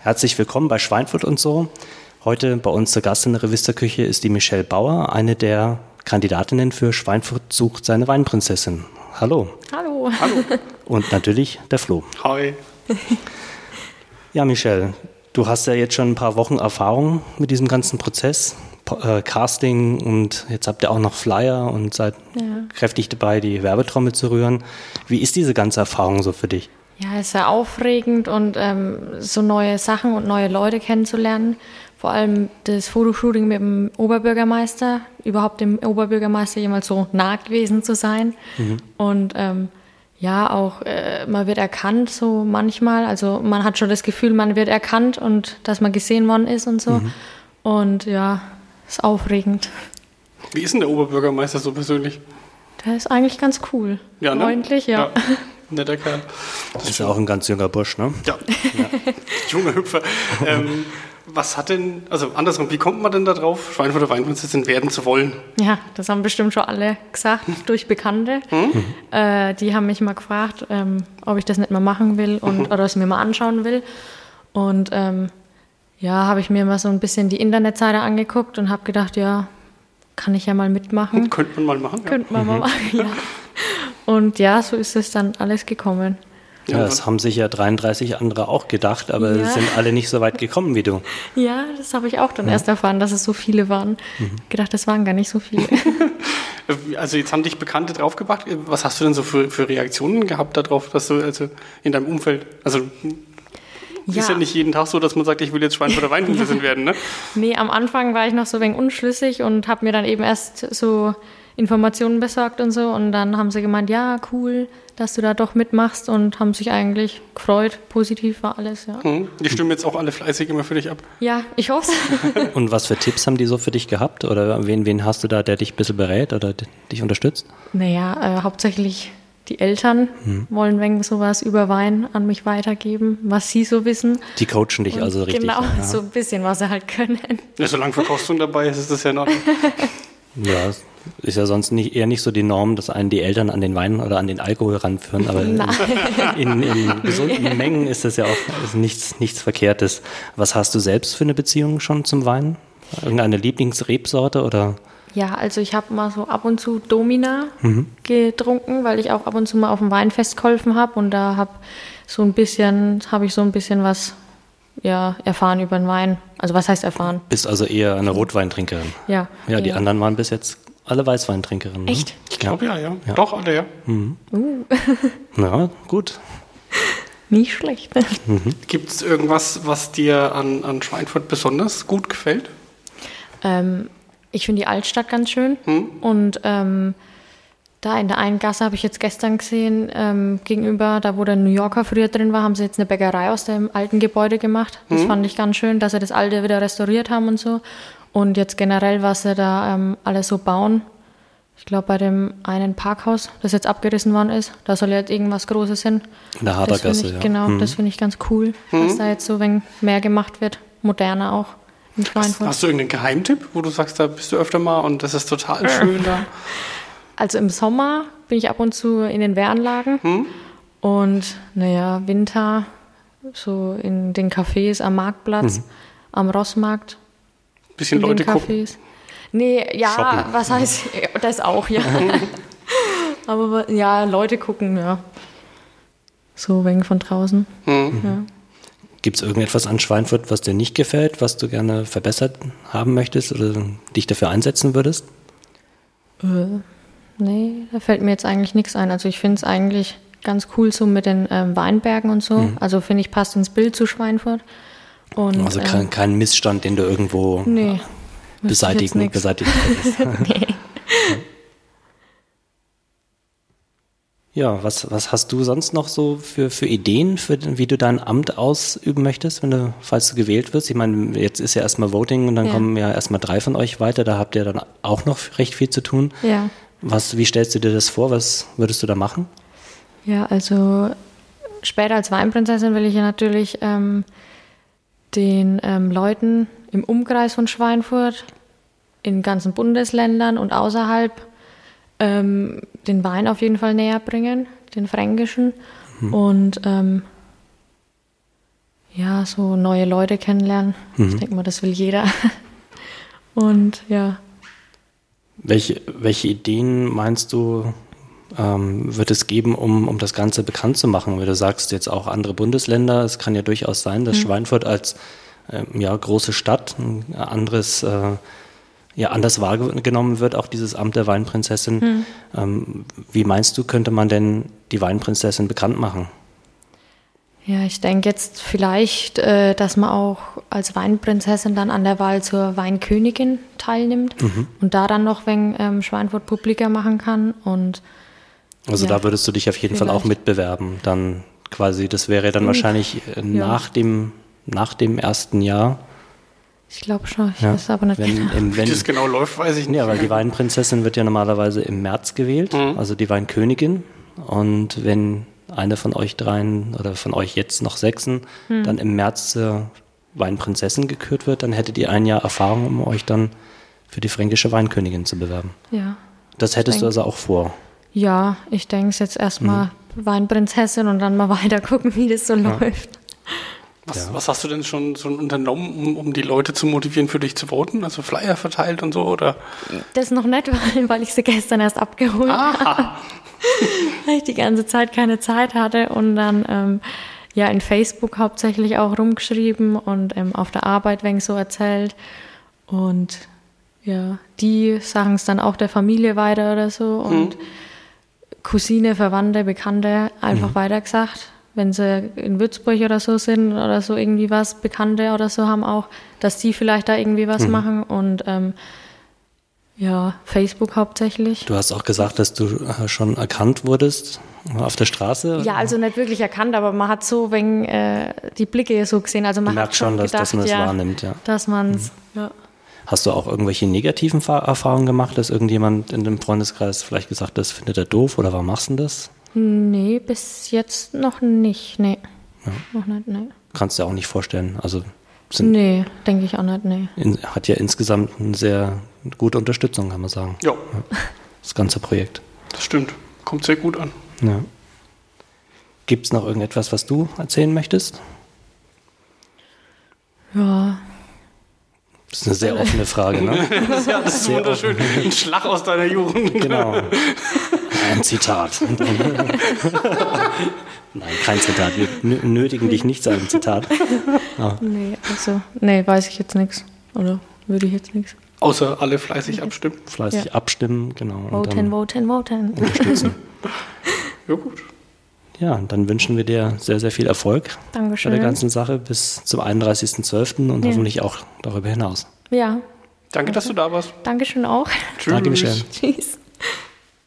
Herzlich willkommen bei Schweinfurt und so. Heute bei uns zu Gast in der Revisterküche ist die Michelle Bauer, eine der Kandidatinnen für Schweinfurt sucht seine Weinprinzessin. Hallo. Hallo. Hallo. Und natürlich der Flo. Hi. Ja, Michelle, du hast ja jetzt schon ein paar Wochen Erfahrung mit diesem ganzen Prozess, Po- äh, Casting und jetzt habt ihr auch noch Flyer und seid kräftig dabei, die Werbetrommel zu rühren. Wie ist diese ganze Erfahrung so für dich? Ja, ist sehr aufregend und ähm, so neue Sachen und neue Leute kennenzulernen. Vor allem das Fotoshooting mit dem Oberbürgermeister, überhaupt dem Oberbürgermeister jemals so nah gewesen zu sein. Und ähm, ja, auch äh, man wird erkannt so manchmal. Also man hat schon das Gefühl, man wird erkannt und dass man gesehen worden ist und so. Und ja, ist aufregend. Wie ist denn der Oberbürgermeister so persönlich? ne? Der ist eigentlich ganz cool. Freundlich, ja. Netter Kerl. Das ist ja auch ein ganz junger Bursch, ne? Ja, junger Hüpfer. Ähm, was hat denn, also andersrum, wie kommt man denn da drauf, Schweinfurter Weinprinzessin werden zu wollen? Ja, das haben bestimmt schon alle gesagt, durch Bekannte. Äh, die haben mich mal gefragt, ähm, ob ich das nicht mal machen will und, oder es mir mal anschauen will. Und ähm, ja, habe ich mir mal so ein bisschen die Internetseite angeguckt und habe gedacht, ja, kann ich ja mal mitmachen. Könnte man mal machen. ja. Könnte man mal machen, ja. Und ja, so ist es dann alles gekommen. Ja, das haben sich ja 33 andere auch gedacht, aber Ja. sind alle nicht so weit gekommen wie du. Ja, das habe ich auch dann erst erfahren, dass es so viele waren. Gedacht, das waren gar nicht so viele. Äh, Also jetzt haben dich Bekannte draufgebracht. Äh, Was hast du denn so für, für Reaktionen gehabt darauf, dass du also in deinem Umfeld, also ist ja nicht jeden Tag so, dass man sagt, ich will jetzt Schweinfurter Weinprinzessin werden, ne? Nee, am Anfang war ich noch so ein wenig unschlüssig und habe mir dann eben erst so Informationen besorgt und so. Und dann haben sie gemeint, ja, cool, dass du da doch mitmachst und haben sich eigentlich gefreut. Positiv war alles, ja. Hm? Die stimmen jetzt auch alle fleißig immer für dich ab. Ja, ich hoffe Und was für Tipps haben die so für dich gehabt? Oder wen, wen hast du da, der dich ein bisschen berät oder d- dich unterstützt? Naja, äh, hauptsächlich die Eltern Hm. wollen wegen sowas über Wein an mich weitergeben, was sie so wissen. Die coachen dich Und also richtig. genau, ja. so ein bisschen, was sie halt können. Ja, solange Verkostung dabei ist, ist das ja noch. Ja, es ist ja sonst nicht, eher nicht so die Norm, dass einen die Eltern an den Wein oder an den Alkohol ranführen, aber in, in, in gesunden Mengen ist das ja auch ist nichts, nichts Verkehrtes. Was hast du selbst für eine Beziehung schon zum Wein? Irgendeine Lieblingsrebsorte oder? Ja, also ich habe mal so ab und zu Domina Mhm. getrunken, weil ich auch ab und zu mal auf dem Weinfest geholfen habe und da habe so ein bisschen, habe ich so ein bisschen was ja, erfahren über den Wein. Also was heißt erfahren? Bist also eher eine Rotweintrinkerin? Ja. Ja, die Eher. anderen waren bis jetzt alle Weißweintrinkerinnen. ne? Echt? Ich Ja. glaube. ja, ja, Doch, alle, ja. Na, gut. Nicht schlecht. Gibt es irgendwas, was dir an, an Schweinfurt besonders gut gefällt? ähm, ich finde die Altstadt ganz schön und ähm, da in der einen Gasse habe ich jetzt gestern gesehen, ähm, gegenüber, da wo der New Yorker früher drin war, haben sie jetzt eine Bäckerei aus dem alten Gebäude gemacht. Das fand ich ganz schön, dass sie das alte wieder restauriert haben und so. Und jetzt generell, was sie da ähm, alles so bauen. Ich glaube, bei dem einen Parkhaus, das jetzt abgerissen worden ist, da soll jetzt irgendwas Großes hin. In der Das Habergasse, finde ich, ja. Hm. Genau, das finde ich ganz cool, dass da jetzt so ein wenig mehr gemacht wird, moderner auch. in Schweinfurt. Hast du irgendeinen Geheimtipp, wo du sagst, da bist du öfter mal und das ist total schön da? Also im Sommer bin ich ab und zu in den Wehranlagen und naja, Winter so in den Cafés am Marktplatz, am Rossmarkt, bisschen in Leute den gucken. Cafés. Nee, ja, Shoppen. was heißt das auch, ja. Aber ja, Leute gucken, ja. So wegen von draußen. Gibt es irgendetwas an Schweinfurt, was dir nicht gefällt, was du gerne verbessert haben möchtest oder dich dafür einsetzen würdest? Äh, Nee, da fällt mir jetzt eigentlich nichts ein. Also ich finde es eigentlich ganz cool so mit den ähm, Weinbergen und so. Also finde ich, passt ins Bild zu Schweinfurt. Und, ähm, Also kein, kein Missstand, den du irgendwo Nee. wüsste ich jetzt beseitigen, nix. beseitigen könntest. Ja, was, was hast du sonst noch so für, für Ideen, für, den- wie du dein Amt ausüben möchtest, wenn du, falls du gewählt wirst? Ich meine, jetzt ist ja erstmal Voting und dann Ja. kommen ja erstmal drei von euch weiter, da habt ihr dann auch noch recht viel zu tun. Ja. Was, wie stellst du dir das vor? Was würdest du da machen? Ja, also später als Weinprinzessin will ich ja natürlich ähm, den ähm, Leuten im Umkreis von Schweinfurt, in ganzen Bundesländern und außerhalb ähm, den Wein auf jeden Fall näher bringen, den fränkischen. Und ähm, ja, so neue Leute kennenlernen. Mhm. Ich denke mal, das will jeder. Und ja. Welche, welche Ideen meinst du, ähm, wird es geben, um, um das Ganze bekannt zu machen? Weil du sagst jetzt auch andere Bundesländer, es kann ja durchaus sein, dass mhm. Schweinfurt als ähm, ja, große Stadt ein anderes, äh, ja, anders wahrgenommen wird, auch dieses Amt der Weinprinzessin. Mhm. Ähm, wie meinst du, könnte man denn die Weinprinzessin bekannt machen? Ja, ich denke jetzt vielleicht, äh, dass man auch als Weinprinzessin dann an der Wahl zur Weinkönigin teilnimmt mhm. und da dann noch wenn ähm, Schweinfurt publiker machen kann und also ja, da würdest du dich auf jeden vielleicht. Fall auch mitbewerben, dann quasi, das wäre dann mhm. wahrscheinlich äh, ja. nach dem nach dem ersten Jahr. ähm, Ich glaube schon, ich ja. weiß aber nicht wenn, genau. Im, wenn, Wie das genau läuft, weiß ich nicht. Ja, weil die Weinprinzessin wird ja normalerweise im März gewählt, mhm. also die Weinkönigin und wenn eine von euch dreien oder von euch jetzt noch sechsen hm. dann im März zur Weinprinzessin gekürt wird, dann hättet ihr ein Jahr Erfahrung, um euch dann für die fränkische Weinkönigin zu bewerben. Ja. Das hättest denk, du also auch vor. Ja, ich denke es jetzt erstmal mhm. Weinprinzessin und dann mal weiter gucken, wie das so ja. läuft. Was, ja. was, hast du denn schon, schon unternommen, um, um, die Leute zu motivieren, für dich zu voten? Also Flyer verteilt und so, oder? Das noch nicht, weil, weil ich sie gestern erst abgeholt ah. habe. weil ich die ganze Zeit keine Zeit hatte und dann ähm, ja in Facebook hauptsächlich auch rumgeschrieben und ähm, auf der Arbeit wenn so erzählt und ja, die sagen es dann auch der Familie weiter oder so und mhm. Cousine, Verwandte, Bekannte einfach mhm. weitergesagt wenn sie in Würzburg oder so sind oder so irgendwie was, Bekannte oder so haben auch, dass die vielleicht da irgendwie was mhm. machen und ähm, ja, Facebook hauptsächlich. Du hast auch gesagt, dass du äh, schon erkannt wurdest äh, auf der Straße? Ja, also nicht wirklich erkannt, aber man hat so wegen äh, die Blicke so gesehen. Also man merkt schon, schon dass, gedacht, dass, man es das ja, wahrnimmt, ja. Dass man es, mhm. ja. Hast du auch irgendwelche negativen Erfahrungen gemacht, dass irgendjemand in dem Freundeskreis vielleicht gesagt hat, das findet er doof oder warum machst du das? Nee, bis jetzt noch nicht, nee. Ja. Noch nicht, nee. Kannst du dir auch nicht vorstellen. Also sind nee, denke ich auch nicht, nee. In, hat ja insgesamt eine sehr gute Unterstützung, kann man sagen. Ja. Das ganze Projekt. Das stimmt. Kommt sehr gut an. Ja. Gibt es noch irgendetwas, was du erzählen möchtest? Ja, das ist eine sehr offene Frage, ne? ja, das ist wunderschön. Ein Schlag aus deiner Jugend. Genau. Ein Zitat. Nein, kein Zitat. Wir nötigen dich nicht zu einem Zitat. Ah. Nee, also, nee, weiß ich jetzt nichts. Oder würde ich jetzt nichts. Außer alle fleißig abstimmen. Fleißig ja. abstimmen, genau. Voten, voten, voten. Unterstützen. ja, gut. Ja, dann wünschen wir dir sehr, sehr viel Erfolg Dankeschön. bei der ganzen Sache bis zum 31.12. und ja. hoffentlich auch darüber hinaus. Ja. Danke, dass du da warst. Dankeschön auch. Tschüss. Danke, Michelle. Tschüss.